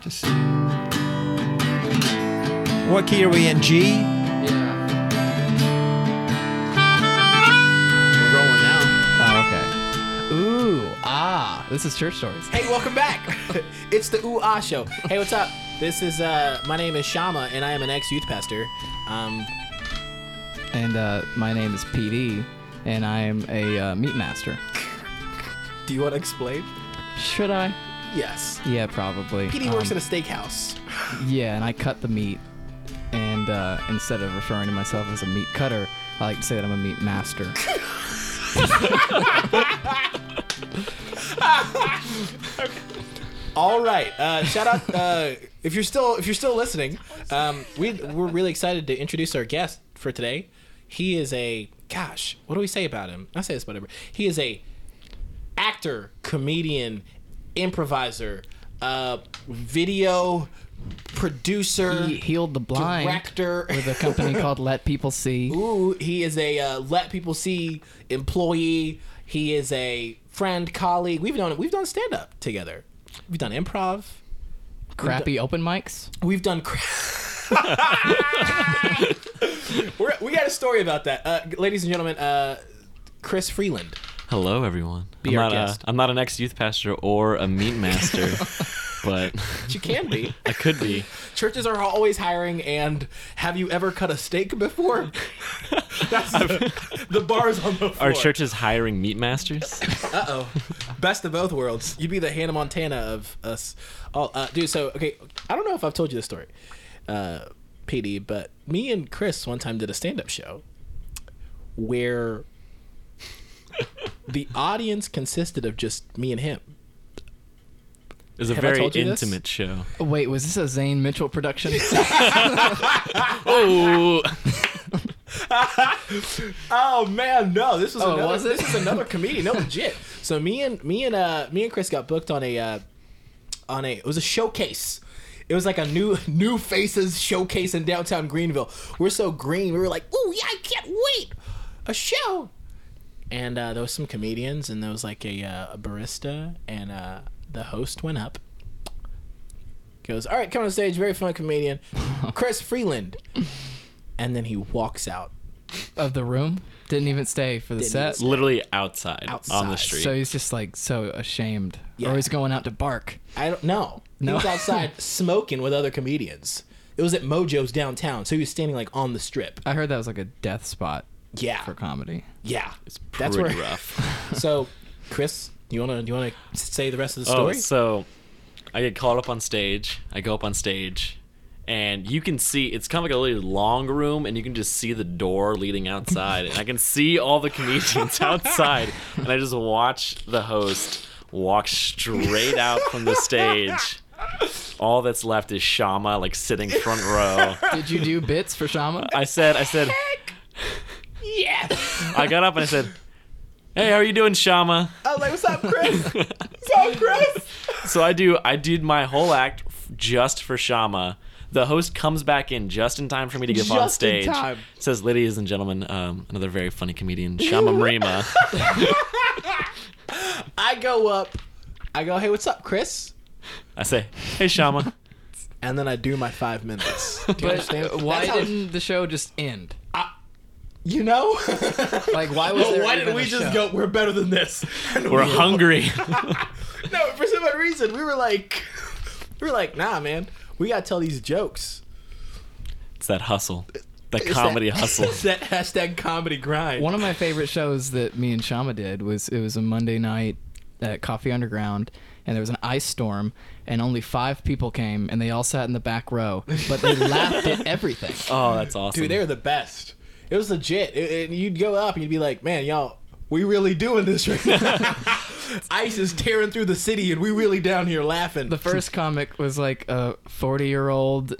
Just what key are we in? G. Yeah. We're rolling now. Oh, Ooh, ah, this is church stories. Hey, welcome back. it's the Ooh Ah Show. Hey, what's up? This is uh, my name is Shama, and I am an ex youth pastor. Um, And uh, my name is PD, and I am a uh, meat master. do you want to explain? Should I? Yes. Yeah, probably. PD works Um, at a steakhouse. Yeah, and I cut the meat. And uh, instead of referring to myself as a meat cutter, I like to say that I'm a meat master. All right. Uh, shout out uh, if you're still if you're still listening. Um, we we're really excited to introduce our guest for today. He is a gosh. What do we say about him? I say this about him. He is a actor, comedian, improviser, uh, video producer, he healed the blind director. with a company called Let People See. Ooh, he is a uh, let people see employee. He is a friend, colleague. We've done we've done stand up together. We've done improv. Crappy open mics. We've done. Cra- We're, we got a story about that, uh, ladies and gentlemen. Uh, Chris Freeland. Hello, everyone. Be our I'm, not guest. A, I'm not an ex youth pastor or a meat master, but She can be. I could be. Churches are always hiring. And have you ever cut a steak before? That's the, the bars on the floor. Our church is hiring meat masters. Uh oh. Best of both worlds. You'd be the Hannah Montana of us. all. uh, dude. So okay, I don't know if I've told you this story, uh, PD, but me and Chris one time did a stand-up show where the audience consisted of just me and him. It's a Have I very told you this? intimate show. Wait, was this a Zane Mitchell production? Oh, Oh man, no! This was Oh, another. was it? This is another comedian. No, legit. So me and me and uh me and Chris got booked on a uh, on a it was a showcase. It was like a new new faces showcase in downtown Greenville. We're so green. We were like, oh yeah, I can't wait. A show. And uh, there was some comedians, and there was like a, uh, a barista, and uh, the host went up. Goes, all right, come on stage. Very fun comedian, Chris Freeland. And then he walks out. of the room. Didn't even stay for the Didn't set. it's literally outside, on Outside. the street. So he's just like so ashamed. Yeah. Or he's going out to bark. I don't know. He No. was outside smoking with other comedians. It was at Mojo's downtown, so he was standing like on the strip. I heard that was like a death spot Yeah, for comedy. yeah. it's That's pretty where- rough. So, Chris, you wanna you wanna say the rest of the oh, story? so I get called up on stage. I go up on stage, and you can see it's kind of like a really long room, and you can just see the door leading outside, and I can see all the comedians outside, and I just watch the host walk straight out from the stage. All that's left is Shama, like sitting front row. Did you do bits for Shama? I said, I said, yeah. I got up and I said, "Hey, how are you doing, Shama?" I was like, "What's up, Chris? What's up, Chris?" So I do. I did my whole act f- just for Shama. The host comes back in just in time for me to get up on Just in stage. time. Says, "Ladies and gentlemen, um, another very funny comedian, Shama Marima." I go up. I go, "Hey, what's up, Chris?" I say, "Hey, Shama." And then I do my five minutes. Do you But uh, understand? why That's how- didn't the show just end? you know? Like why was there why even didn't a we just show? go? We're better than this. And We're we- hungry. No, for some odd reason, we were like, we were like, nah, man, we gotta tell these jokes. it's that hustle, the It's comedy that- hustle. it's that hashtag comedy grind. One of my favorite shows that me and Shama did was it was a Monday night at Coffee Underground, and there was an ice storm, and only five people came, and they all sat in the back row, but they laughed at everything. Oh, that's awesome. Dude, they were the best. It was legit. It- it- you'd go up and you'd be like, man, y'all, we really doing this right now. Ice is tearing through the city and we really down here laughing. The first comic was like a forty-year-old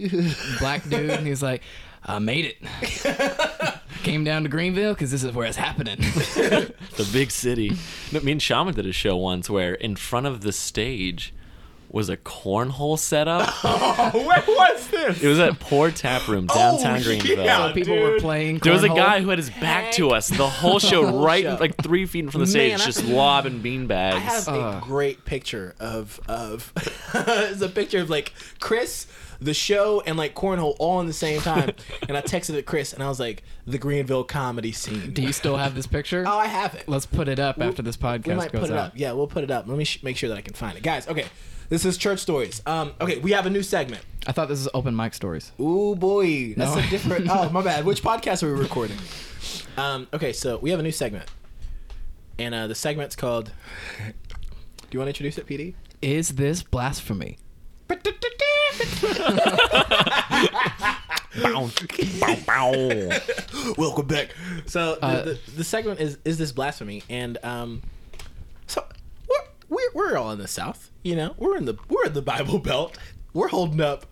black dude, and he's like, "I made it." Came down to Greenville because this is where it's happening. the big city. No, Me and Shaman did a show once where in front of the stage was a cornhole setup. Where was this? It was at Poor Tap Room downtown Oh, yeah. Greenville. So People were Dude. playing. There was a cornhole. guy who had his back to us the whole show, whole right show. like three feet from the stage, Oh, Man, I- just lobbing beanbags. I have a Uh. great picture of of it's a picture of like Chris, the show, and like cornhole all in the same time. and I texted it Chris, and I was like, "The Greenville comedy scene." Do you still have this picture? oh, I have it. Let's put it up after this podcast we might goes put it out. up. Yeah, we'll put it up. Let me sh- make sure that I can find it, guys. Okay, this is church stories. Um, okay, we have a new segment. I thought this was open mic stories. Ooh boy, that's No. a different. oh my bad. Which podcast are we recording? Um, okay, so we have a new segment, and uh, the segment's called. Do you want to introduce it, PD? Is this blasphemy? bow, bow, bow. Welcome back. So the, Uh, the, the segment is is this blasphemy, and um, so we're, we're we're all in the South, you know. We're in the we're in the Bible Belt. We're holding up.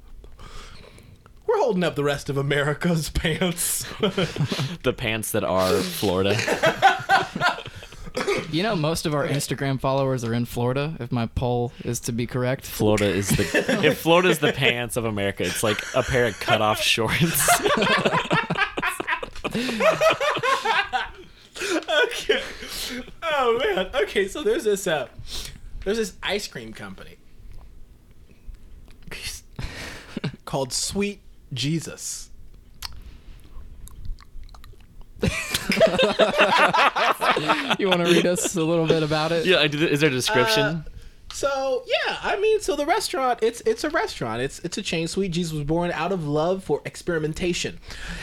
We're holding up the rest of America's pants. the pants that are Florida. You know, most of our Instagram followers are in Florida, if my poll is to be correct. Florida is the if Florida is the pants of America, it's like a pair of cutoff shorts. okay. Oh man. Okay, so there's this uh, there's this ice cream company called Sweet Jesus. you want to read us a little bit about it? yeah, I did- is there a description? Uh, So yeah, I mean, so the restaurant it's it's a restaurant. It's it's a chain. Sweet Jesus was born out of love for experimentation.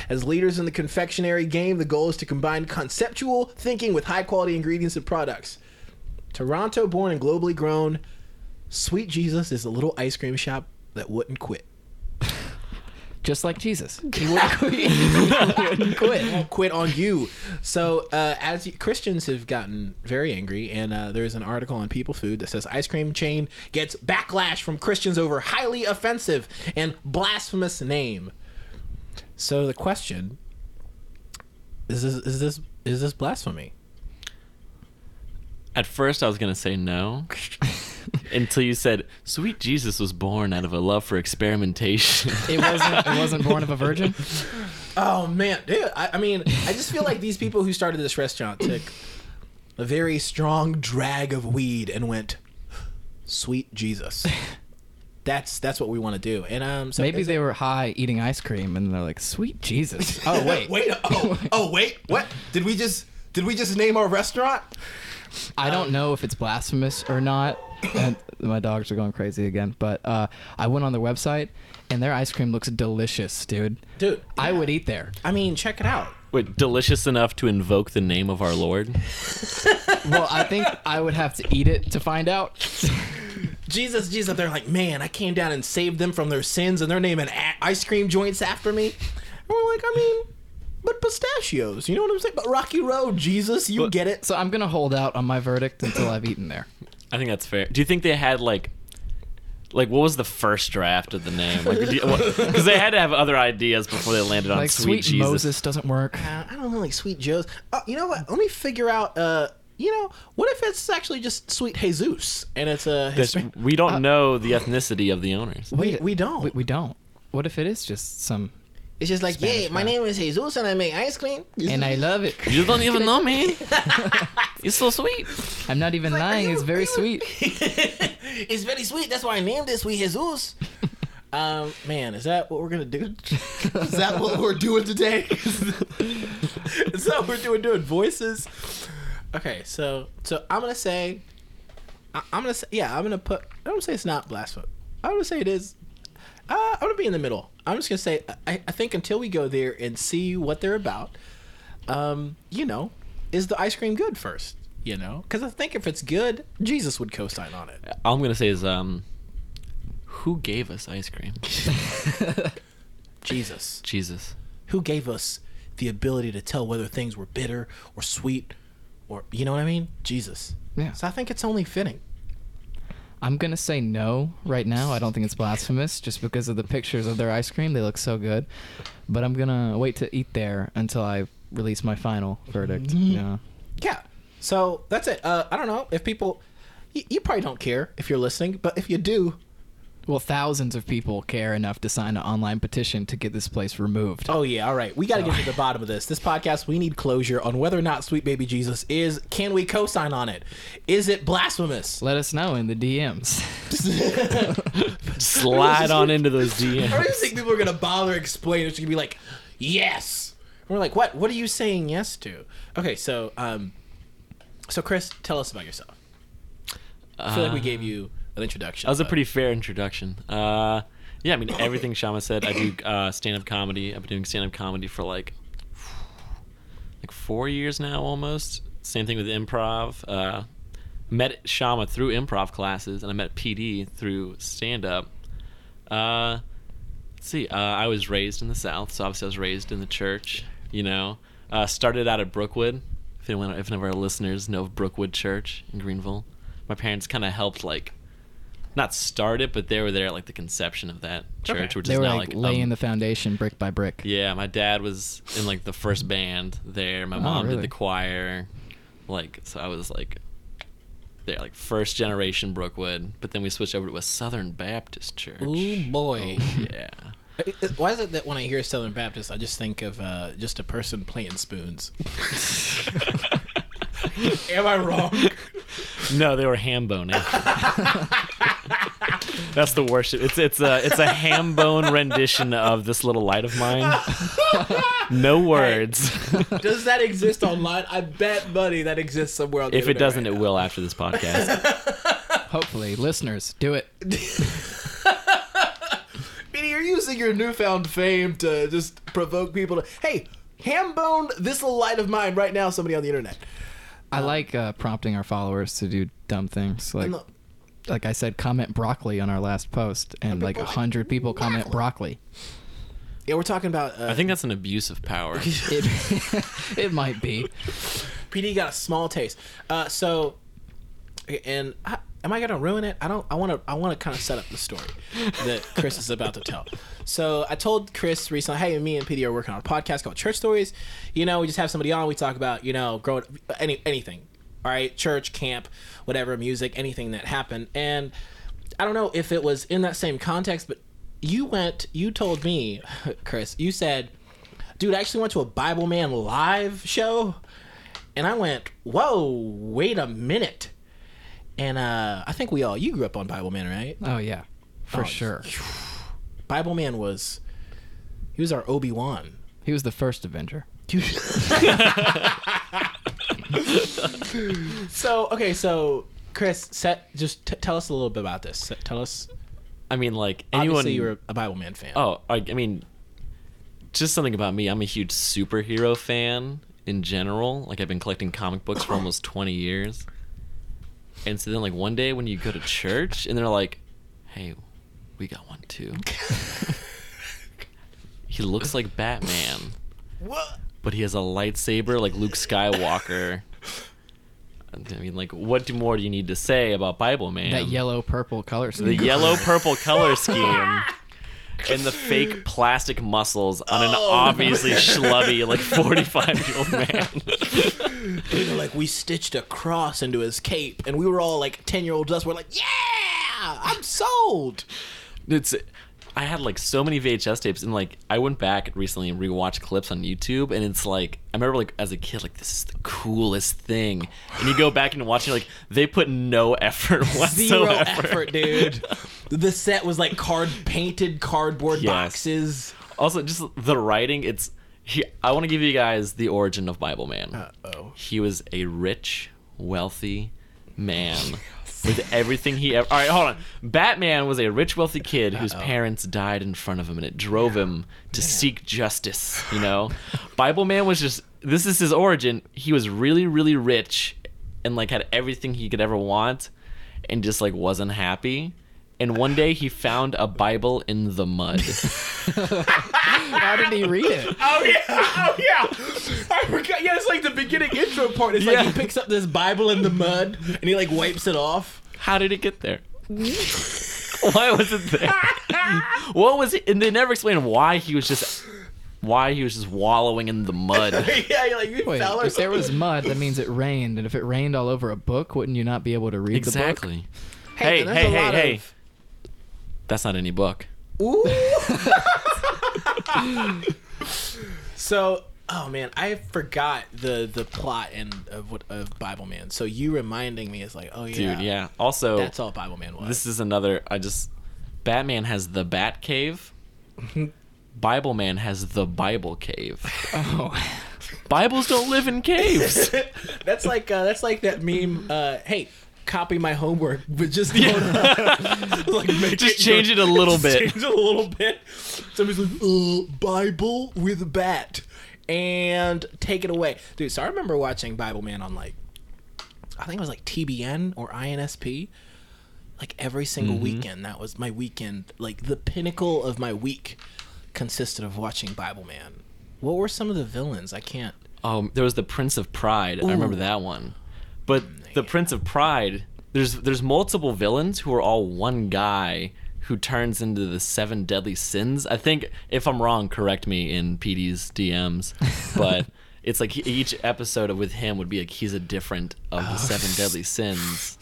As leaders in the confectionery game, the goal is to combine conceptual thinking with high quality ingredients and products. Toronto born and globally grown, Sweet Jesus is a little ice cream shop that wouldn't quit. Just like Jesus. He wouldn't quit. He wouldn't quit. won't quit on you. So, uh, as you- Christians have gotten very angry, and uh, there's an article on People Food that says ice cream chain gets backlash from Christians over highly offensive and blasphemous name. So the question is: this, Is this is this blasphemy? At first, I was gonna say no, until you said, "Sweet Jesus was born out of a love for experimentation." It wasn't, it wasn't born of a virgin. Oh man, dude! I, I mean, I just feel like these people who started this restaurant took a very strong drag of weed and went, "Sweet Jesus." That's that's what we want to do, and um, so Maybe they were high eating ice cream and they're like, sweet Jesus. Oh, wait, wait. wait, oh, oh, wait, what? Did we just did we just name our restaurant? I don't know if it's blasphemous or not. And my dogs are going crazy again. But uh, I went on their website and their ice cream looks delicious, dude. Dude, I would eat there. I mean, check it out. Wait, delicious enough to invoke the name of our Lord? Well, I think I would have to eat it to find out. Jesus, Jesus, they're like, man, I came down and saved them from their sins, and they're naming a- ice cream joints after me. And we're like, I mean, but pistachios, you know what I'm saying? But Rocky Road, Jesus, you But- get it. So I'm gonna hold out on my verdict until I've eaten there. I think that's fair. Do you think they had like, like what was the first draft of the name? Like, because they had to have other ideas before they landed on Like Oh, Sweet, sweet, Jesus. Moses doesn't work. Uh, I don't know, like Sweet Joe's. Uh, you know what? Let me figure out. uh you know, what if it's actually just Sweet Jesus and it's a This- Hispanic? we don't Uh, know the ethnicity of the owners. We, we don't. We, we don't. What if it is just some? it's just like, yeah, my name is Jesus and I make ice cream. And I love it. You don't even know me. It's so sweet. I'm not even like, are lying. you- it's are very you- sweet. it's very sweet. That's why I named it Sweet Jesus. Um, man, is that what we're gonna do? Is that what we're doing today? is that what we're doing? Doing voices? Okay, so so I'm gonna say, I, I'm gonna say, yeah, I'm gonna put. I'm gonna say it's not blasphemy. I'm gonna say it is. Uh, I'm gonna be in the middle. I'm just gonna say I, I think until we go there and see what they're about, um, you know, is the ice cream good first? You know, because I think if it's good, Jesus would co-sign on it. All I'm gonna say is, um, who gave us ice cream? Jesus, Jesus. who gave us the ability to tell whether things were bitter or sweet, or you know what I mean? Jesus. Yeah. So I think it's only fitting. I'm gonna say no right now. I don't think it's blasphemous, just because of the pictures of their ice cream. They look so good. But I'm gonna wait to eat there until I release my final verdict. Yeah. Yeah. So that's it. Uh, I don't know if people, y- you probably don't care if you're listening, but if you do, well, thousands of people care enough to sign an online petition to get this place removed. Oh yeah, all right. We got to get to the bottom of this. This podcast, we need closure on whether or not Sweet Baby Jesus is. Can we co-sign on it? Is it blasphemous? Let us know in the DMs. Slide on into those I don't DMs. even think people are gonna bother explaining. It's gonna be like, yes. And we're like, what? What are you saying yes to? Okay, so um, so Chris, tell us about yourself. I feel like we gave you an introduction. That was a but- pretty fair introduction. Uh, yeah, I mean everything Shama said. I do uh, stand up comedy. I've been doing stand up comedy for like like four years now almost. Same thing with improv. Uh, met Shama through improv classes, and I met PD through stand up. Uh, let's see, uh, I was raised in the South, so obviously I was raised in the church. You know, uh, started out at Brookwood. If anyone, if any of our listeners know of Brookwood Church in Greenville, my parents kind of helped like. Not start it, but they were there at like the conception of that church, which they is were now like, like laying um, the foundation brick by brick. yeah, my dad was in like the first band there. My mom Mm-hmm. Oh, did really? the choir. Like so I was like there like first generation Brookwood, but then we switched over to a Southern Baptist church. Ooh boy. Yeah. It- it- Why is it that when I hear Southern Baptist, I just think of uh, just a person playing spoons? Am I wrong? No, they were ham boning. That's the worship. It's it's a it's a ham bone rendition of this little light of mine. No words. Does that exist online? I bet money that exists somewhere. On the if it internet doesn't, right it will after this podcast. Hopefully, listeners, do it. now. Meaning you're using your newfound fame to just provoke people to hey, ham bone this little light of mine right now. Somebody on the internet. I like uh, prompting our followers to do dumb things. Like, No. like I said, comment broccoli on our last post, and like a people- hundred people comment broccoli. Yeah, we're talking about. Uh, I think that's an abuse of power. It, it might be. PD got a small taste. Uh, so, and I, am I gonna ruin it? I don't. I want to. I want to kind of set up the story that Chris is about to tell. So I told Chris recently, hey, me and PD are working on a podcast called Church Stories. You know, we just have somebody on. We talk about you know growing any anything. All right, church, camp, whatever, music, anything that happened. And I don't know if it was in that same context, but you went. You told me, Chris. You said. Dude, I actually went to a Bible Man live show and I went, "Whoa, wait a minute!" And uh, I think we all you grew up on Bible Man, right? Oh yeah, for Oh, sure. Bible Man was he was our Obi Wan. He was the first Avenger. So okay, so Chris, set just t- tell us a little bit about this. Set- Tell us. I mean, like anyone. Obviously, you were a Bible Man fan. Oh, I, I mean, just something about me. I'm a huge superhero fan in general. Like I've been collecting comic books for almost 20 years. And so then, like one day when you go to church and they're like, "Hey, we got one too." he looks like Batman, What? but he has a lightsaber like Luke Skywalker. I mean, like, what do- more do you need to say about Bible Man? That yellow purple color scheme. the yellow purple color scheme and the fake plastic muscles on an Oh. obviously schlubby like 45 year old man You know, like we stitched a cross into his cape, and we were all like ten year olds. Us, we're like, "Yeah, I'm sold." it's i had like so many vhs tapes and like i went back recently and rewatched clips on youtube and it's like i remember like as a kid like this is the coolest thing and you go back and watch it like they put no effort Zero whatsoever effort, dude. the set was like card painted cardboard Yes. boxes. Also, just the writing. It's he, I want to give you guys the origin of Bible Man. oh. He was a rich, wealthy man with everything he ever. All right, hold on. Batman was a rich, wealthy kid whose parents died in front of him, and it drove him to seek justice. You know, Bible Man was just. This is his origin. He was really, really rich, and like had everything he could ever want, and just like wasn't happy. And one day he found a Bible in the mud. How did he read it? Oh yeah, oh yeah. I forgot. Yeah, it's like the beginning intro part. It's like Yeah. he picks up this Bible in the mud and he like wipes it off. How did it get there? why was it there? what was it? And they never explained why he was just why he was just wallowing in the mud. yeah, you're like you Wait, fell or if there was something. mud, that means it rained, and if it rained all over a book, wouldn't you not be able to read the book? exactly. Hey, man, hey, there's a hey, lot hey. of- That's not any book. Ooh. so, oh man, I forgot the the plot and of what of Bible Man. So you reminding me is like, oh yeah, Dude, yeah. Also, that's all Bible Man was. this is another. I just. Batman has the Bat Cave. Bible Man has the Bible Cave. Oh, Bibles don't live in caves. that's like uh, that's like that meme. Uh, hey, copy my homework, but just don't, uh, like make Just change it a little just bit. Change it a little bit. Somebody's like, uh, Bible with a bat, and take it away, dude. So I remember watching Bible Man on like, I think it was like TBN or INSP. Like every single Mm-hmm. weekend, that was my weekend. Like the pinnacle of my week consisted of watching Bible Man. What were some of the villains? I can't. Um, there was the Prince of Pride. I remember that one. But the Prince of Pride, there's there's multiple villains who are all one guy who turns into the seven deadly sins. I think if I'm wrong, correct me in PD's DMs. But it's like he- each episode with him would be like he's a different of the seven deadly sins.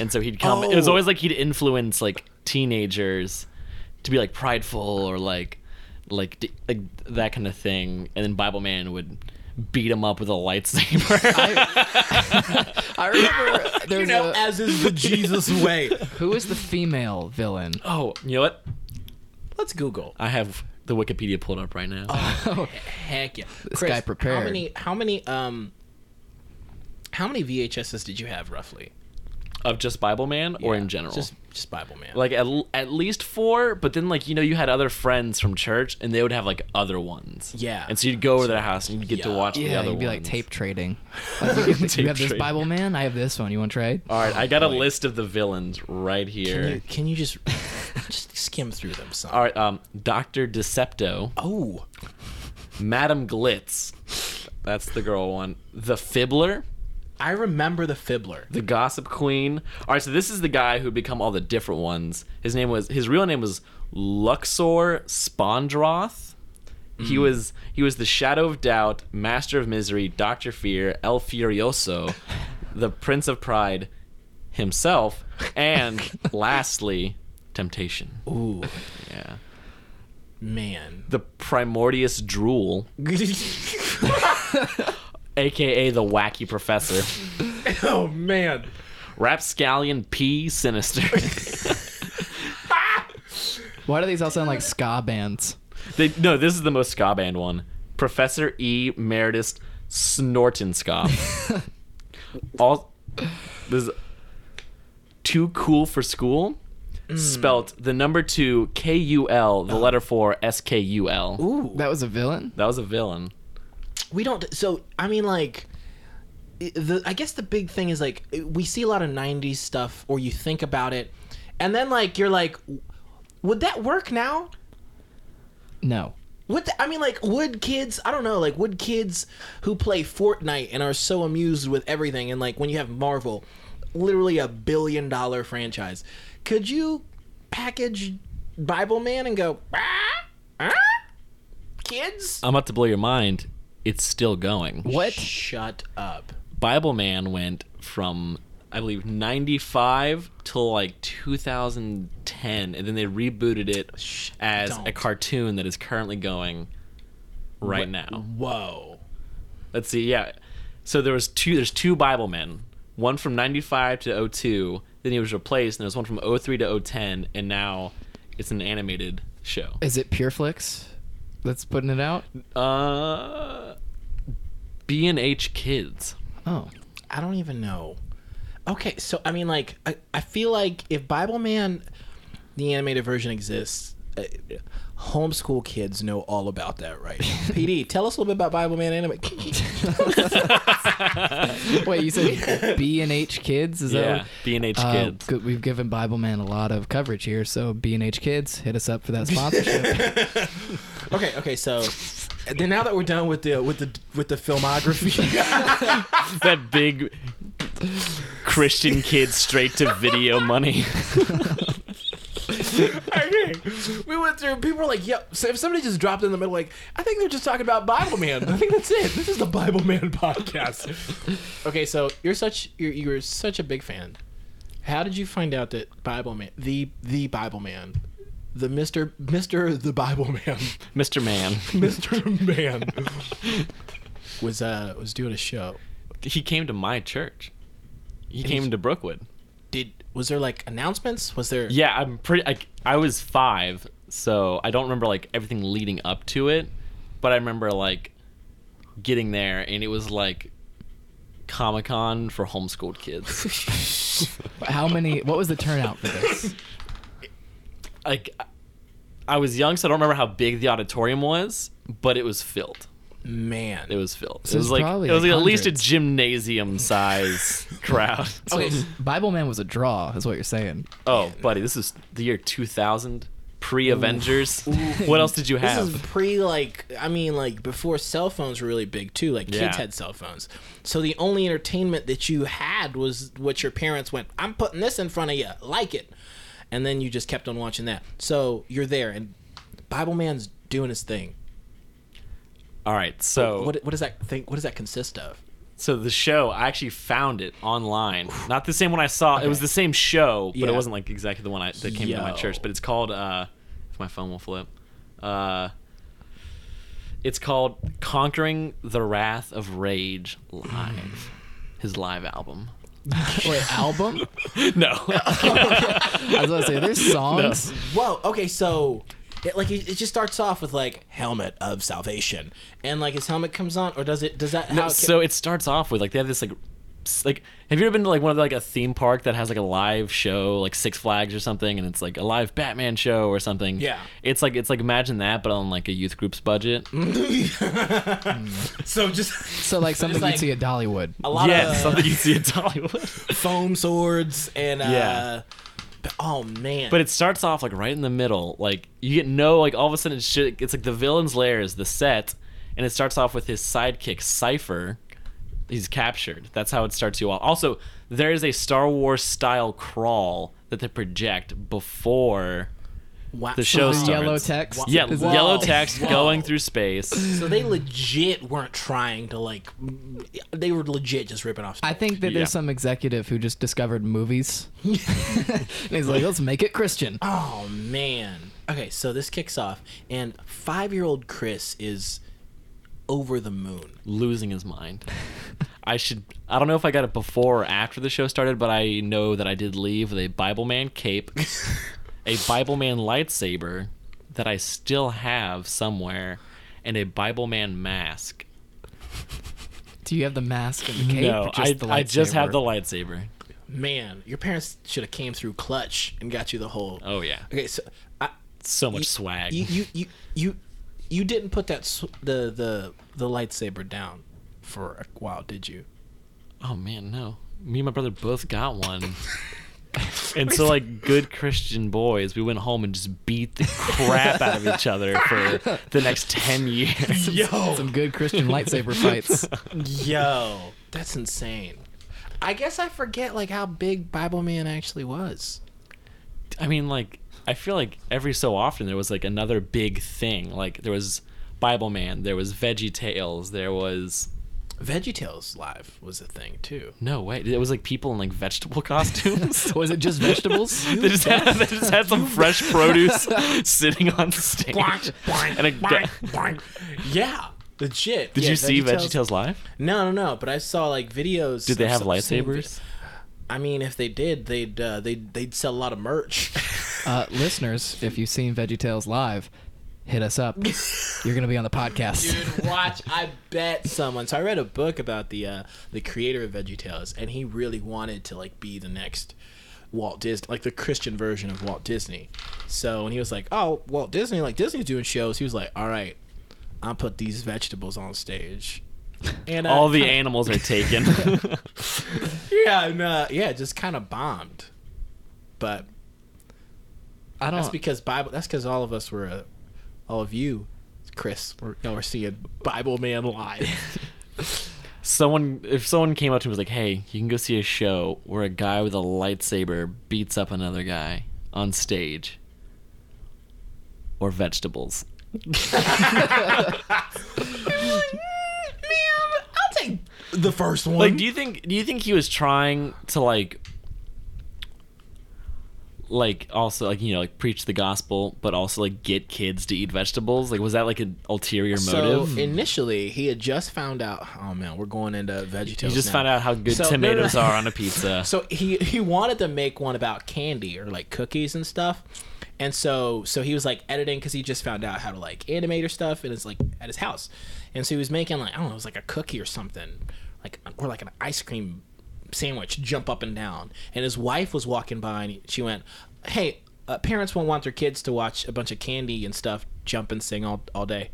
And so he'd come. It was Oh. always like he'd influence like teenagers to be like prideful or like like d- like that kind of thing. And then Bible Man would beat him up with a lightsaber. I remember there's you know, a, as is the Jesus way. who is the female villain? oh, you know what? Let's Google. I have the Wikipedia pulled up right now. Heck yeah, this guy prepared. How many? How many? Um, how many VHSs did you have roughly, Of just Bible Man or Yeah, in general? Just, just Bible man. Oh. like at, l- at least four, but then like you know you had other friends from church and they would have like other ones. Yeah. And so you'd go over to their house and you'd get to Yeah. watch the Yeah, other you'd be like ones. tape trading. Like, you, get- you have this trading. Bible man. I have this one. You want to trade? All right, I got a list of the villains right here. can you, can you just just skim through them? Some. All right, um, Doctor Decepto, Oh, Madam Glitz, that's the girl one. The Fibbler, I remember the fiddler. the Gossip Queen. All right, so this is the guy who become all the different ones. His name was his real name was Luxor Spondroth. He was he was the Shadow of Doubt, Master of Misery, Doctor Fear, El Furioso, the Prince of Pride himself, and lastly, Temptation. Ooh, Yeah. man. The Primordius Drool. aka the wacky professor oh man. rapscallion p sinister Why do these all sound like ska bands? they, no this is the most ska band one professor e meredith snorton ska all this is too cool for school spelt the number two k-u-l the letter four s-k-u-l Ooh, That was a villain. that was a villain we don't. So I mean, like. i- The, I guess the big thing is like we see a lot of '90s stuff, or you think about it, and then like you're like, would that work now? No. What the, I mean, like, would kids? I don't know, like, would kids who play Fortnite and are so amused with everything, and like when you have Marvel, literally a billion dollar franchise, could you package Bible Man and go, ah, ah, kids? i'm about to blow your mind it's still going What? Shut up. Bible Man went from I believe 95 till like 2010 and then they rebooted it as don't. a cartoon that is currently going right now. Whoa. Let's see. Yeah. So there was two there's two Bible Men. One from 95 to 02, then he was replaced and there was one from 03 to 010 and now it's an animated show. Is it Pureflix that's putting it out? Uh B&H Kids. Oh. I don't even know. Okay, so I mean, like, I, I feel like if Bible Man, the animated version exists, uh, homeschool kids know all about that, right? PD, tell us a little bit about Bible Man anime. Wait, you said B and H Kids? Is that Yeah, what- B&H Uh, Kids. good- we've given Bible Man a lot of coverage here, so B and H Kids, hit us up for that sponsorship. okay, okay, so then now that we're done with the with the with the filmography, that big Christian kid straight to video money. okay, we went through. People were like, "Yep." So if somebody just dropped in the middle, like, I think they're just talking about Bible Man. I think that's it. This is the Bible Man podcast. okay, so you're such you're you're such a big fan. How did you find out that Bible Man, the the Bible Man, the Mister Mister the Bible Man, Mr. Man. Mister Man, was uh was doing a show? He came to my church. He And came he's- to Brookwood. Did was there like announcements? Was there? Yeah, I'm pretty. I, I was five, so I don't remember like everything leading up to it, but I remember like getting there, and it was like Comic Con for homeschooled kids. How many? What was the turnout for this? like, I- I was young, so I don't remember how big the auditorium was, but it was filled. man. It was filled. So it was it's like probably, it was like, like at least a hundreds. gymnasium size crowd. Okay. Bible Man was a draw, is what you're saying. Oh, buddy, this is the year 2000, pre Avengers. What else did you This have? is pre like I mean like before cell phones were really big too. Like kids Yeah. had cell phones, so the only entertainment that you had was what your parents went. I'm putting this in front of you, like it, and then you just kept on watching that. So you're there, and Bible Man's doing his thing. All right, so What what does that thing? What does that consist of? so the show I actually found it online. Not the same one I saw. It was the same show, but Yeah. it wasn't like exactly the one I, that came to my Yo. church. But it's called. Uh, if my phone will flip, uh, it's called "Conquering the Wrath of Rage" live. Mm. His live album. Wait, album? No. I was gonna say there's songs. Whoa. Okay, so. It, like it, it just starts off with like helmet of salvation, and like his helmet comes on, or does it? Does that? how it ca- so it starts off with like they have this like s- like have you ever been to like one of the, like a theme park that has like a live show like Six Flags or something and it's like a live Batman show or something? Yeah. It's like it's like imagine that but on like a youth group's budget. so just So like something like- you'd see at Dollywood. a lot yes, of something you see in Hollywood. foam swords and uh Yeah. but- oh man but it starts off like right in the middle. Like you get no like all of a sudden it's shit, it's like the villain's lair is the set and it starts off with his sidekick Cypher. He's captured. That's how it starts you off. Also, there is a Star Wars style crawl that they project before wow. the so, show The starts. yellow text. Yeah, Is Whoa. that- yellow text Whoa. going through space. so they legit weren't trying to like m- they were legit just ripping off I think that Yeah. there's some executive who just discovered movies. and he's like, let's make it Christian. oh man okay so this kicks off and five-year-old chris is over the moon Losing his mind. I should. I don't know if I got it before or after the show started, but I know that I did leave with a Bible Man cape, a Bible Man lightsaber that I still have somewhere, and a Bible Man mask. Do you have the mask and the cape? no, or I, the I just have lightsaber? the lightsaber. man your parents should have came through clutch and got you the whole Oh yeah, okay so i so much swag. you you you you, you didn't put that sw- the the the lightsaber down for a while did you Oh man, no. Me and my brother both got one. and so like good Christian boys, we went home and just beat the crap out of each other for the next 10 years. yo Some good Christian lightsaber fights. Yo, that's insane. I guess I forget like how big Bible Man actually was. I mean like I feel like every so often there was like another big thing. Like there was Bible Man, there was Veggie Tales, there was VeggieTales Live was a thing too. no way. It was like people in like vegetable costumes. Was it just vegetables? They just, had, they just had some fresh produce sitting on the stage. and a, yeah, legit. did Yeah, you see VeggieTales live? No, no, no. But I saw like videos. Did they of have some- seeing lightsabers? vi- I mean, if they did, they'd uh, they'd they'd sell a lot of merch. Uh, listeners, if you've seen VeggieTales live, hit us up. You're gonna be on the podcast. Dude, watch. I bet someone. So I read a book about the uh, the creator of VeggieTales, and he really wanted to like be the next Walt Disney, like the Christian version of Walt Disney. So when he was like, "Oh, Walt Disney, like Disney's doing shows," he was like, "All right, I'll put these vegetables on stage." And uh, All the kinda- animals are taken. yeah, and, uh, yeah, just kind of bombed. But I that's don't. because Bible. That's because all of us were, uh, all of you, Chris, were, y'all were seeing Bible Man live. someone, if someone came up to me and was like, "Hey, you can go see a show where a guy with a lightsaber beats up another guy on stage, or vegetables." I'll take the first one. Like, do you think? Do you think he was trying to like like also like you know like preach the gospel, but also like get kids to eat vegetables? Like was that like an ulterior So motive? initially, he had just found out. Oh man, we're going into VeggieTales. you just now. found out how good So- no, no, no. tomatoes are on a pizza. So he he wanted to make one about candy or like cookies and stuff, and so so he was like editing because he just found out how to like animate or stuff, and it's like at his house, and so he was making like I don't know, it was like a cookie or something, like or like an ice cream sandwich jump up and down, and his wife was walking by and she went, hey. Uh, parents won't want their kids to watch a bunch of candy and stuff jump and sing all, all day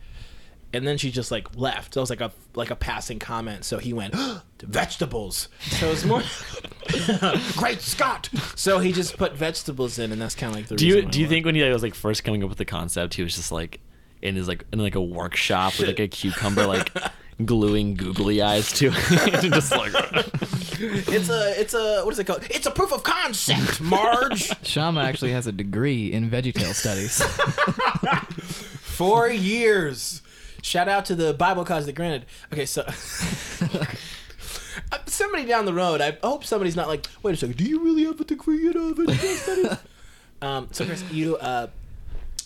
and then she just like left. So it was like a like a passing comment. So he went vegetables. So it's more great Scott. So he just put vegetables in, and that's kind of like the. do you reason why do you it think when he like, was like first coming up with the concept, he was just like in his like in like a workshop with like a cucumber like gluing googly eyes to it, and just like worked? it's a it's a what is it called? It's a proof of concept, Marge. Shama actually has a degree in VeggieTale studies. Four years. Shout out to the Bible cause that granted. Okay, so. Uh, Somebody down the road, I hope somebody's not like, wait a second, do you really have a degree in uh, vegetarian studies? um, so, Chris, you, uh,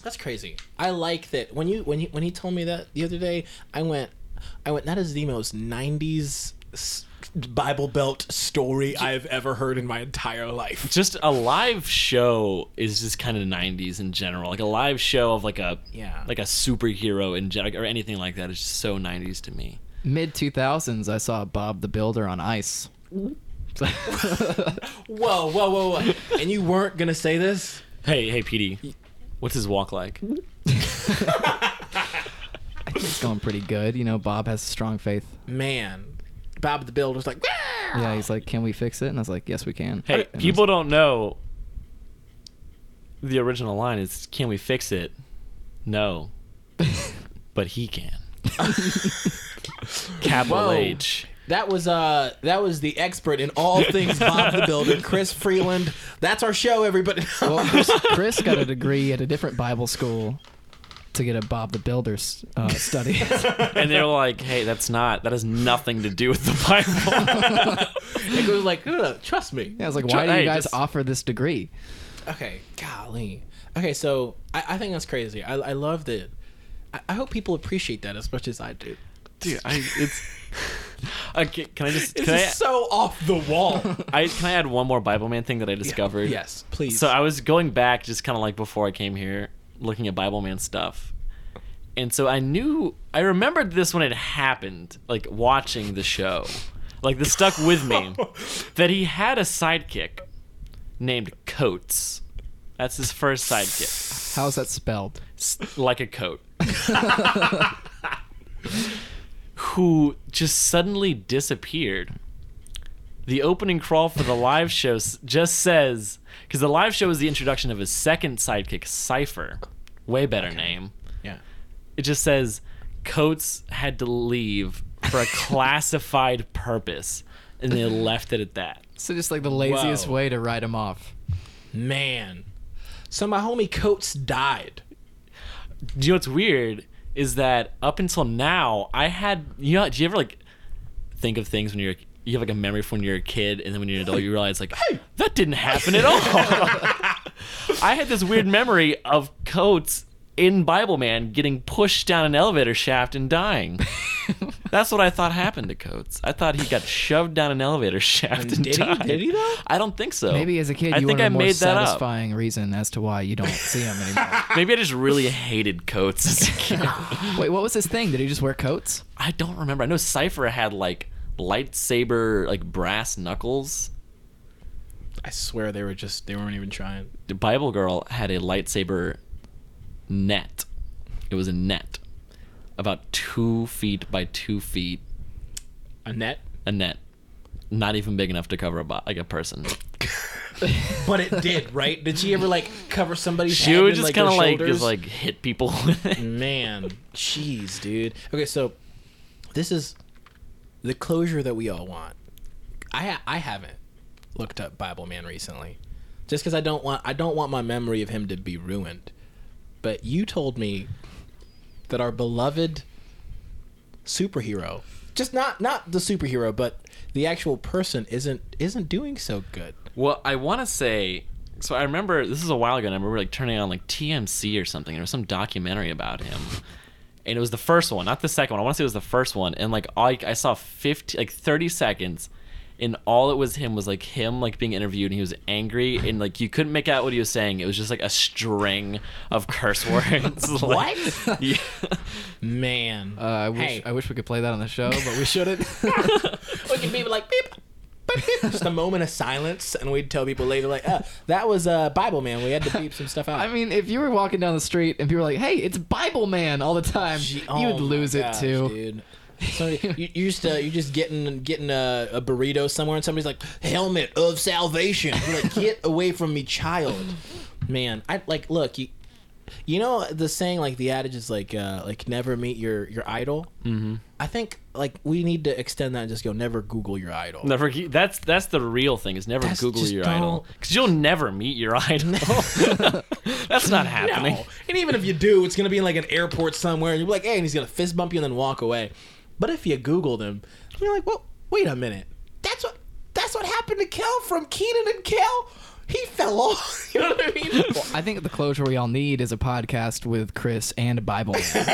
that's crazy. I like that when you when you when he told me that the other day, I went, I went. That is the most '90s s- Bible Belt story I have ever heard in my entire life. just a live show is just kind of 90s in general like a live show of like a Yeah. like a superhero in general or anything like that is just so 90s to me Mid 2000s, I saw Bob the Builder on ice. Whoa, whoa, whoa, whoa! and you weren't gonna say this? hey hey pd what's his walk like It's going pretty good. You know, Bob has strong faith. man, Bob the Builder's like, "Wah!" Yeah, he's like, "Can we fix it?" And I was like, "Yes, we can." hey And people don't know the original line is can we fix it no but he can capital Whoa. h that was uh, that was the expert in all things Bob the Builder, Chris Freeland. That's our show, everybody. Well, Chris, Chris got a degree at a different Bible school to get a Bob the Builder's uh, study. and they're like hey that's not that has nothing to do with the bible it was like, no, no, no, trust me. I was like, Try- "Why do you hey, guys just- offer this degree?" Okay, golly. Okay, so I, I think that's crazy. I, I loved it. I, I hope people appreciate that as much as I do. dude I, it's okay can i just This can I, is so off the wall. I can I add one more Bible Man thing that I discovered? yes, please. So I was going back just kind of like before I came here, looking at Bible Man stuff. And so I knew I remembered this when it happened, like watching the show. Like this stuck with me that he had a sidekick named Coates. That's his first sidekick. How's that spelled? S- Like a coat. Who just suddenly disappeared the opening crawl for the live show s- just says because the live show is the introduction of his second sidekick, Cipher, way better name. yeah. It just says Coates had to leave for a classified purpose, and they left it at that. So just like the laziest Wow. way to write him off. Man. So my homie Coates died. Do you know what's weird is that up until now, I had you know. Do you ever like think of things when you're you have like a memory from when you're a kid, and then when you're an adult, you realize like that didn't happen at all. I had this weird memory of Coates in Bible Man getting pushed down an elevator shaft and dying. That's what I thought happened to Coates. I thought he got shoved down an elevator shaft and, Did he? died. Did he though? I don't think so. Maybe as a kid, Oh. I you think wanted I a more made that up. satisfying reason as to why you don't see him anymore. Maybe I just really hated Coates as a kid. Wait, what was his thing? Did he just wear coats? I don't remember. I know Cypher had like lightsaber like brass knuckles. I swear they were just they weren't even trying. The Bible girl had a lightsaber net. It was a net. About two feet by two feet. A net. A net. Not even big enough to cover a bo- like a person. But it did, right? Did she ever like cover somebody's She head would and, just like, kinda their like shoulders? just like hit people with it. Man, jeez, dude. Okay, so this is the closure that we all want. I ha- I haven't looked up Bible Man recently, just because I don't want I don't want my memory of him to be ruined. But you told me that our beloved superhero, just not not the superhero, but the actual person isn't isn't doing so good. Well, I want to say So I remember this is a while ago. and I remember like turning on like TMC or something. There was some documentary about him, and it was the first one, not the second one. I want to say it was the first one, and like I, I saw fifty, like thirty seconds, and all it was him was like him like being interviewed, and he was angry, and like you couldn't make out what he was saying. It was just like a string of curse words. like- What? Yeah. Man. Uh, I wish Hey. I wish we could play that on the show, but we shouldn't. we can be like beep, beep, beep. Just a moment of silence, and we'd tell people later, like, uh, that was uh, Bible Man. We had to beep some stuff out. I mean, if you were walking down the street and people were like, "Hey, it's Bible Man" all the time, Gee- you oh would lose my it gosh, too. dude. Somebody, you, you just uh, you just getting getting a, a burrito somewhere, and somebody's like, "Helmet of salvation." You're like, get away from me, child. Man, I like look you. You know the saying, like the adage is like, uh, like never meet your your idol. Mm-hmm. I think like we need to extend that and just go never Google your idol. Never. That's that's the real thing. Is never That's Google just your don't- idol because you'll never meet your idol. that's not happening. No. And even if you do, it's gonna be in like an airport somewhere, and you're like, hey, and he's gonna fist bump you and then walk away. But if you Googled him, you're like, well, wait a minute. That's what that's what happened to Kel from Keenan and Kel. He fell off. You know what I mean? I think the closure we all need is a podcast with Chris and Bible Man.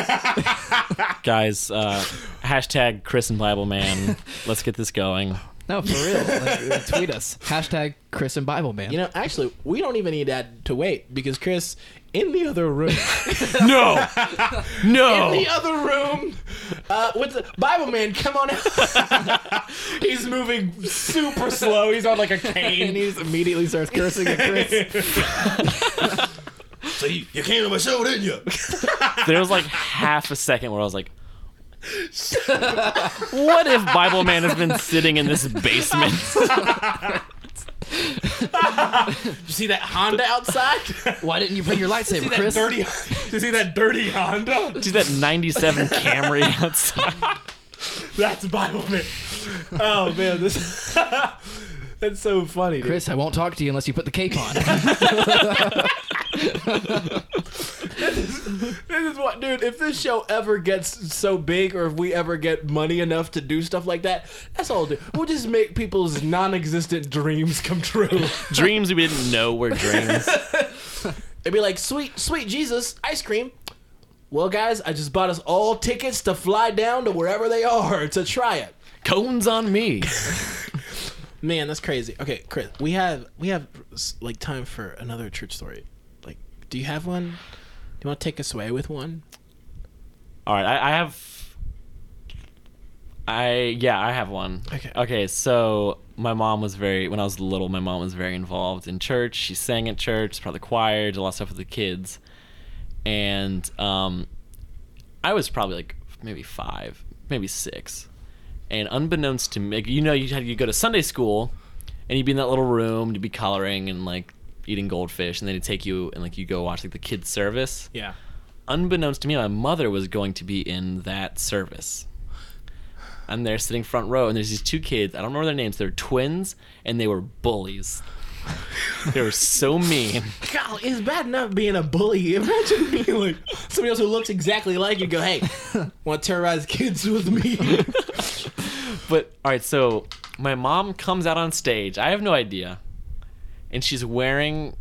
guys uh, hashtag chris and bible man let's get this going no, for real. Like, tweet us hashtag Chris and Bible Man. you know, actually, we don't even need that to wait because Chris, in the other room, no in no the other room, uh, with the Bible man, come on out. he's moving super slow. He's on like a cane. He's immediately starts cursing at Chris. So you, you came to my show, didn't you? there was like half a second where i was like what if bible man has been sitting in this basement You see that Honda outside? Why didn't you bring your lightsaber, Chris? dirty. You see that dirty Honda? do that 97 camry outside That's Bible man. Oh man, this. That's so funny, dude. Chris, I won't talk to you unless you put the cape on. This is what, dude. If this show ever gets so big, or if we ever get money enough to do stuff like that, that's all. We'll, do. we'll just make people's non-existent dreams come true. dreams we didn't know were dreams They'd be like, "Sweet, sweet Jesus, ice cream." Well, guys, I just bought us all tickets to fly down to wherever they are to try it. cones on me Man, that's crazy. Okay, Chris, we have we have s- like time for another church story. Like, do you have one? Do you want to take us away with one? All right, I, I have. I yeah, I have one. Okay. Okay, so my mom was very when I was little. My mom was very involved in church. She sang at church, part of the choir, did a lot of stuff with the kids, and um, I was probably like maybe five, maybe six, and unbeknownst to me, like, you know, you had you go to Sunday school, and you'd be in that little room, you'd be coloring and like eating goldfish, and then they'd take you and like you go watch like the kids service Yeah. unbeknownst to me, my mother was going to be in that service. I'm there sitting front row, and there's these two kids. I don't remember their names. They're twins, and they were bullies. they were so mean. God, it's bad enough being a bully. Imagine being like somebody else who looks exactly like you. Go, hey, want to terrorize kids with me? But all right, so my mom comes out on stage. I have no idea, and she's wearing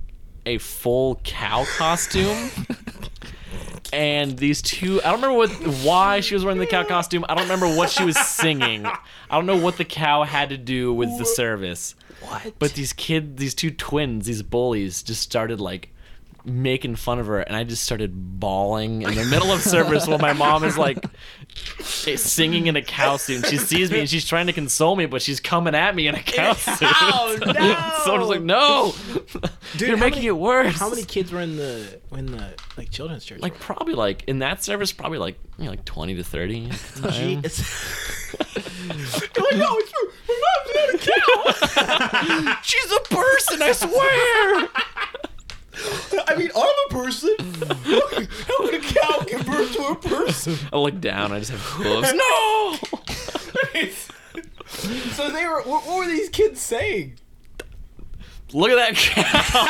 a full cow costume. and these two, I don't remember what why she was wearing the cow costume. I don't remember what she was singing. I don't know what the cow had to do with the service. what? But these kid, these two twins, these bullies, just started like making fun of her, and I just started bawling in the middle of service while my mom is like singing in a cow suit. She sees me and she's trying to console me, but she's coming at me in a cow suit. Oh, no! so I was like, "No, you're how making many- it worse." how many kids were in the in the like children's church? Like probably like in that service, probably like you know, like twenty to thirty. at the Gee, time. it's- You're like, no, it's true. My mom's not a cow. She's a person, I swear. I mean, I'm a person. How could a cow give birth to a person? I look down. I just have hooves. No. so they were. What, what were these kids saying? Look at that cow.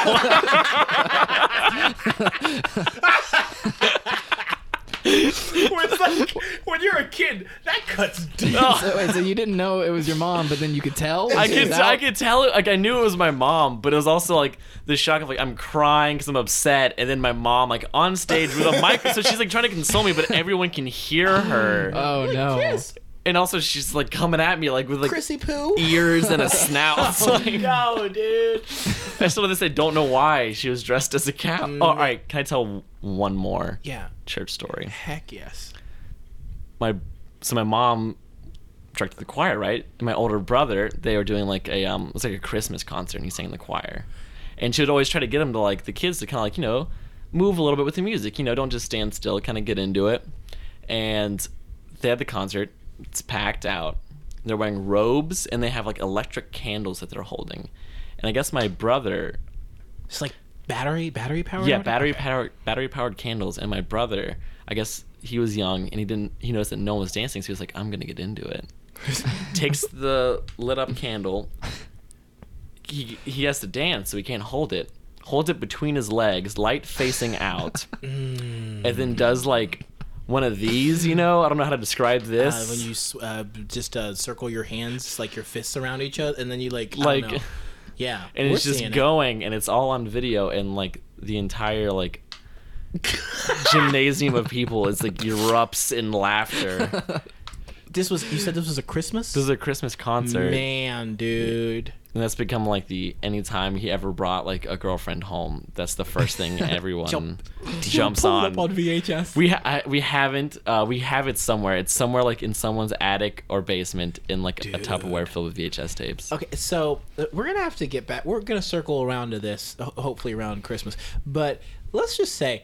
Where it's like, when you're a kid, that cuts deep. So, wait, so you didn't know it was your mom, but then you could tell. I Is could that- I could tell it like I knew it was my mom, but it was also like the shock of like I'm crying because I'm upset, and then my mom like on stage with a mic, so she's like trying to console me, but everyone can hear her, Uh, Oh no! Chris, and also she's like coming at me like with like Chrissy Poo. ears and a snout. like, No, dude. I still to this day don't know why she was dressed as a cat. Oh, all right, can I tell one more Mm. Yeah. church story? Heck yes. my so my mom directed the choir, right? And my older brother, they were doing like a um, it was like a Christmas concert, and he sang in the choir. And she would always try to get him to like the kids to kind of like you know move a little bit with the music, you know, don't just stand still, kind of get into it. And they had the concert, it's packed out. They're wearing robes and they have like electric candles that they're holding. And I guess my brother It's like battery, battery power. yeah, battery powered battery powered candles. And my brother, I guess he was young and he didn't he noticed that no one was dancing, so he was like, I'm gonna get into it. Takes the lit up candle. He he has to dance, so he can't hold it. Holds it between his legs, light facing out, Mm. and then does like one of these. You know, I don't know how to describe this. Uh, when you s- uh, b- just uh, circle your hands, like your fists around each other, and then you like, like, Like- yeah, and we're it's just seeing it. going and it's all on video and like the entire like gymnasium of people is like erupts in laughter This was you said this was a Christmas. this is a christmas concert Man, dude. and that's become like the anytime he ever brought like a girlfriend home that's the first thing everyone Jump. jumps Pull it on up on VHS. we ha- I, we haven't uh, we have it somewhere it's somewhere like in someone's attic or basement in like a tupperware filled with vhs tapes Okay, so uh, we're gonna have to get back. We're gonna circle around to this, ho- hopefully around Christmas. But let's just say,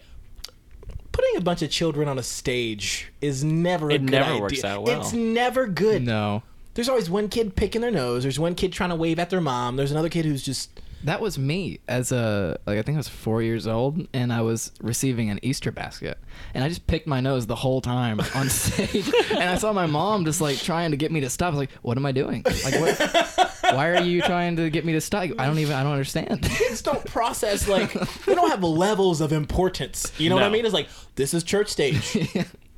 putting a bunch of children on a stage is never a It good never idea. works out well. It's never good. No, There's always one kid picking their nose. There's one kid trying to wave at their mom. There's another kid who's just that was me as a like I think I was four years old, and I was receiving an Easter basket, and I just picked my nose the whole time on stage, and I saw my mom just like trying to get me to stop. I was like, "What am I doing? Like, what? why are you trying to get me to stop? I don't even. I don't understand." kids don't process like they don't have levels of importance. You know what I No. mean? It's like this is church stage.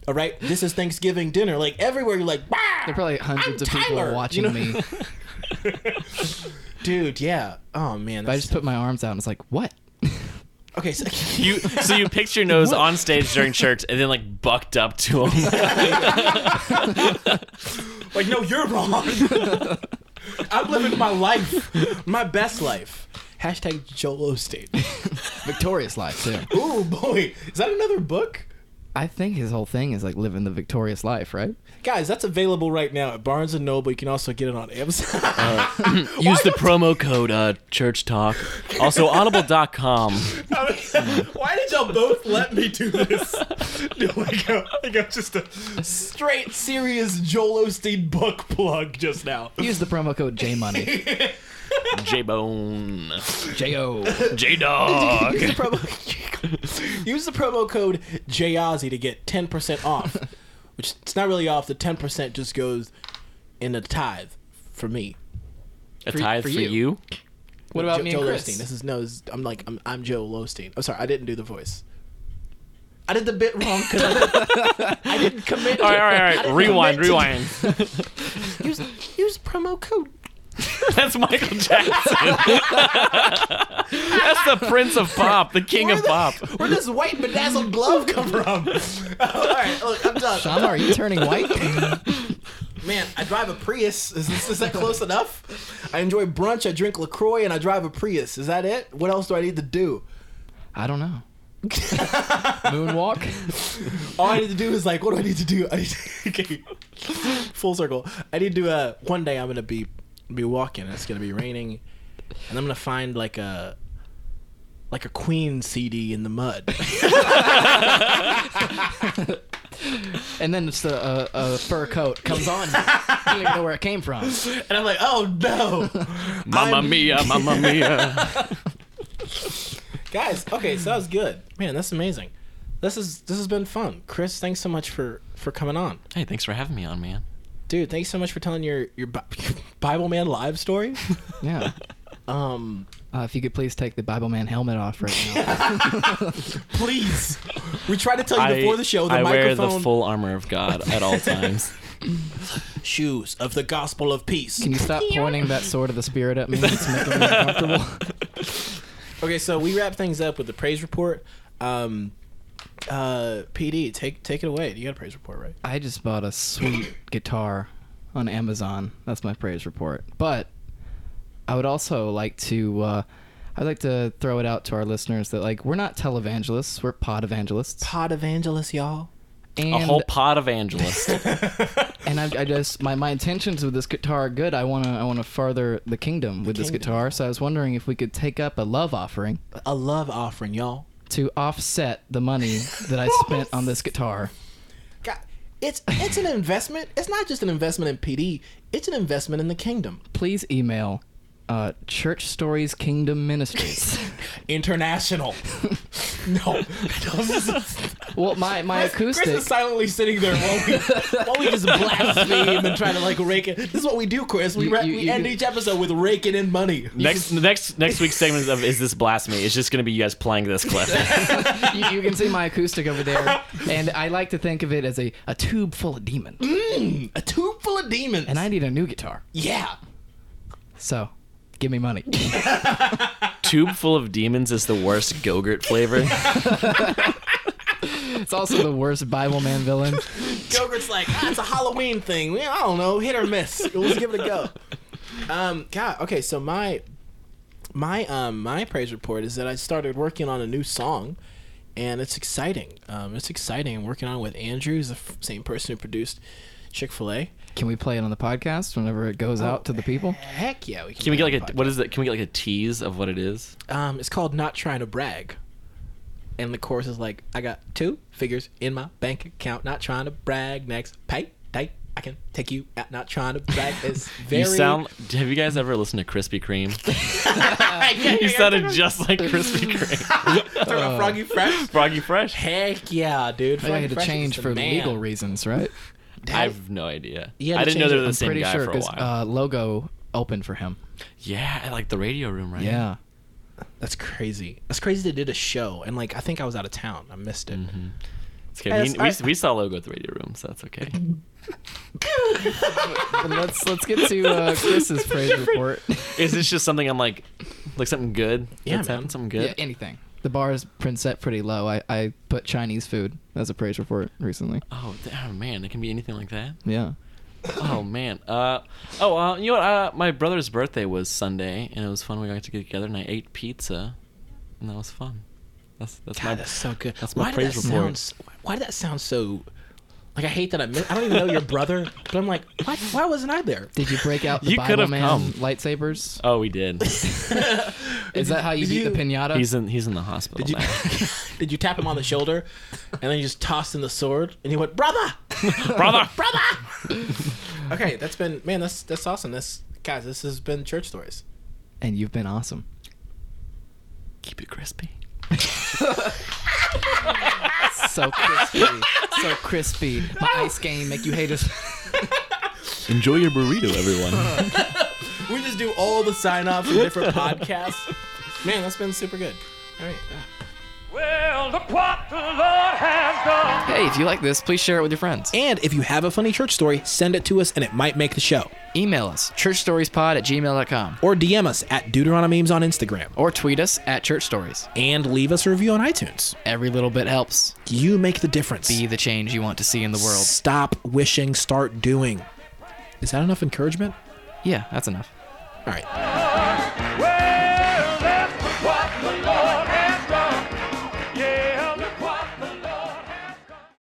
All right, this is Thanksgiving dinner. Like everywhere, you're like, There are probably hundreds of people Tyler, you watching know? me. dude, yeah. Oh man, I that's just put my arms out and was like, "What?" okay. So, you so you picked your nose on stage during church and then like bucked up to him Like, no, you're wrong. I'm living my life, my best life. Hashtag Joel Osteen. Victorious life too. Ooh, boy. Is that another book? I think his whole thing is like living the victorious life, right? Guys, that's available right now at Barnes & Noble. You can also get it on Amazon. Use the promo code uh, Church Talk. Also, audible.com. Why did y'all both let me do this? like, I think I'm just a straight, serious Joel Osteen book plug just now. Use the promo code JMoney. J Bone. J O. J Dog. Use the promo, use the promo code JAZZY to get 10% off. Which it's not really off. The 10% just goes in a tithe for me. A tithe for for, you. you. What about me and Joel Chris? Osteen. This is no. This, I'm like I'm, I'm Joel Osteen. I'm sorry. I didn't do the voice. I did the bit wrong because I, didn't- I didn't commit. All right, all right, all I right. didn't Rewind, commit to- rewind. Use, use promo code. That's Michael Jackson. That's the Prince of Pop, the King of Pop. Where does white bedazzled glove come from? all right, look, I'm done. Tom, are you turning white? Man, I drive a Prius. Is, this, is that close enough? I enjoy brunch. I drink Lacroix, and I drive a Prius. Is that it? What else do I need to do? I don't know. Moonwalk. All I need to do is like, what do I need to do? I need to, okay. Full circle. I need to. Uh, one day I'm gonna be be walking. It's gonna be raining, and I'm gonna find like a like a Queen CD in the mud. And then it's a, a, a fur coat comes on. you don't even know where it came from. And I'm like, oh no, Mamma I'm- mia, mamma mia. guys. Okay, so that was good. Man, that's amazing. This is this has been fun. Chris, thanks so much for for coming on. Hey, thanks for having me on, man. Dude, thanks so much for telling your your, Bi- Bible Man live story. Yeah. Um, Uh, if you could please take the Bible Man helmet off right now. please, we tried to tell you I, before the show. The I wear microphone, the full armor of God at all times. shoes of the gospel of peace. Can you stop pointing that sword of the spirit at me? It's making me uncomfortable. Okay, so we wrap things up with the praise report. Um, uh, PD, take take it away. You got a praise report, right? I just bought a sweet guitar on Amazon. That's my praise report. But I would also like to uh, I'd like to throw it out to our listeners that like we're not televangelists, we're pod evangelists. Pod evangelist, y'all. and a whole pot of evangelists. and I, I just my, my intentions with this guitar are good. I wanna I wanna further the kingdom with this kingdom. guitar. So I was wondering if we could take up a love offering A love offering, y'all. to offset the money that I spent on this guitar. God, it's it's an investment. It's not just an investment in PD. It's an investment in the kingdom. Please email uh, Church Stories Kingdom Ministries. International. no. well, my my acoustic. Chris is silently sitting there while we, while we just blaspheme and try to like rake it. This is what we do, Chris. We, You- ra- you- we you end do- each episode with raking in money. next, next, next week's segment of is this blasphemy? It's just going to be you guys playing this clip. you, you can see my acoustic over there, and I like to think of it as a, a tube full of demons. Mm. A tube full of demons. And I need a new guitar, yeah. so give me money. Tube full of demons is the worst Go-Gurt flavor. It's also the worst Bible man villain. Gilbert's like, ah, it's a Halloween thing. We- I don't know, hit or miss. Let's give it a go. Um, God, okay, so my my um my praise report is that I started working on a new song, and it's exciting. Um, it's exciting. I'm working on it with Andrew, who's the f- same person who produced Chick Fil A. Can we play it on the podcast whenever it goes out to the people? Heck yeah, we can. Can we get make like a what is it? Can we get like a tease of what it is? podcast. Um, it's called Not Trying to Brag. And the chorus is like, I got two figures in my bank account, not trying to brag. Next pay day, I can take you out, not trying to brag. It's very You sound. Have you guys ever listened to Krispy Kreme? yeah, you yeah, sounded just like Krispy Kreme. Talking about Froggy Fresh? Froggy Fresh. Heck yeah, dude. I had to Fresh is change the for man. legal reasons, right? I have no idea. You had I to didn't know change they it. were the I'm same pretty guy sure for a because while. uh, logo opened for him. yeah, I like the radio room, right? Yeah. That's crazy. That's crazy they did a show and like I think I was out of town. I missed it. It's okay. We, Yes, we, I- we saw logo at the radio room, so that's okay. But let's let's get to uh, Chris's praise report. Is this just something I'm like, like something good? Yeah, that's man. happened, something yeah, good. anything. The bar is set pretty low. I, I put Chinese food as a praise report recently. oh, th- oh man, it can be anything like that. Yeah. Oh man. Uh, oh, uh, you know what? Uh, my brother's birthday was Sunday, and it was fun. We got to get together, and I ate pizza, and that was fun. That's that's my God, that's so good. That's my why praise did that report. sound s- why did that sound so like I hate that I miss I don't even know your brother, but I'm like, why why wasn't I there? Did you break out the You Bible could've Man come. lightsabers? Oh, we did. Is that how you did beat the you- pinata? He's in he's in the hospital Did you, now. did you tap him on the shoulder and then you just tossed him the sword and he went, Brother! Brother, Brother Okay, that's been man, that's that's awesome. That's guys, this has been church stories. and you've been awesome. keep it crispy. So crispy. so crispy. My ice game make you hate us. Enjoy your burrito, everyone. We just do all the sign offs from different podcasts. Man, that's been super good. All right. Well, look what the Lord has done. hey, if you like this, please share it with your friends. E- And if you have a funny church story, send it to us and it might make the show. Email us, churchstoriespod at gmail.com. Or DM us at Deuteronomemes on Instagram. Or tweet us at Church Stories. And leave us a review on iTunes. Every little bit helps. You make the difference. Be the change you want to see in the world. Stop wishing, start doing. Is that enough encouragement? Yeah, that's enough. All right.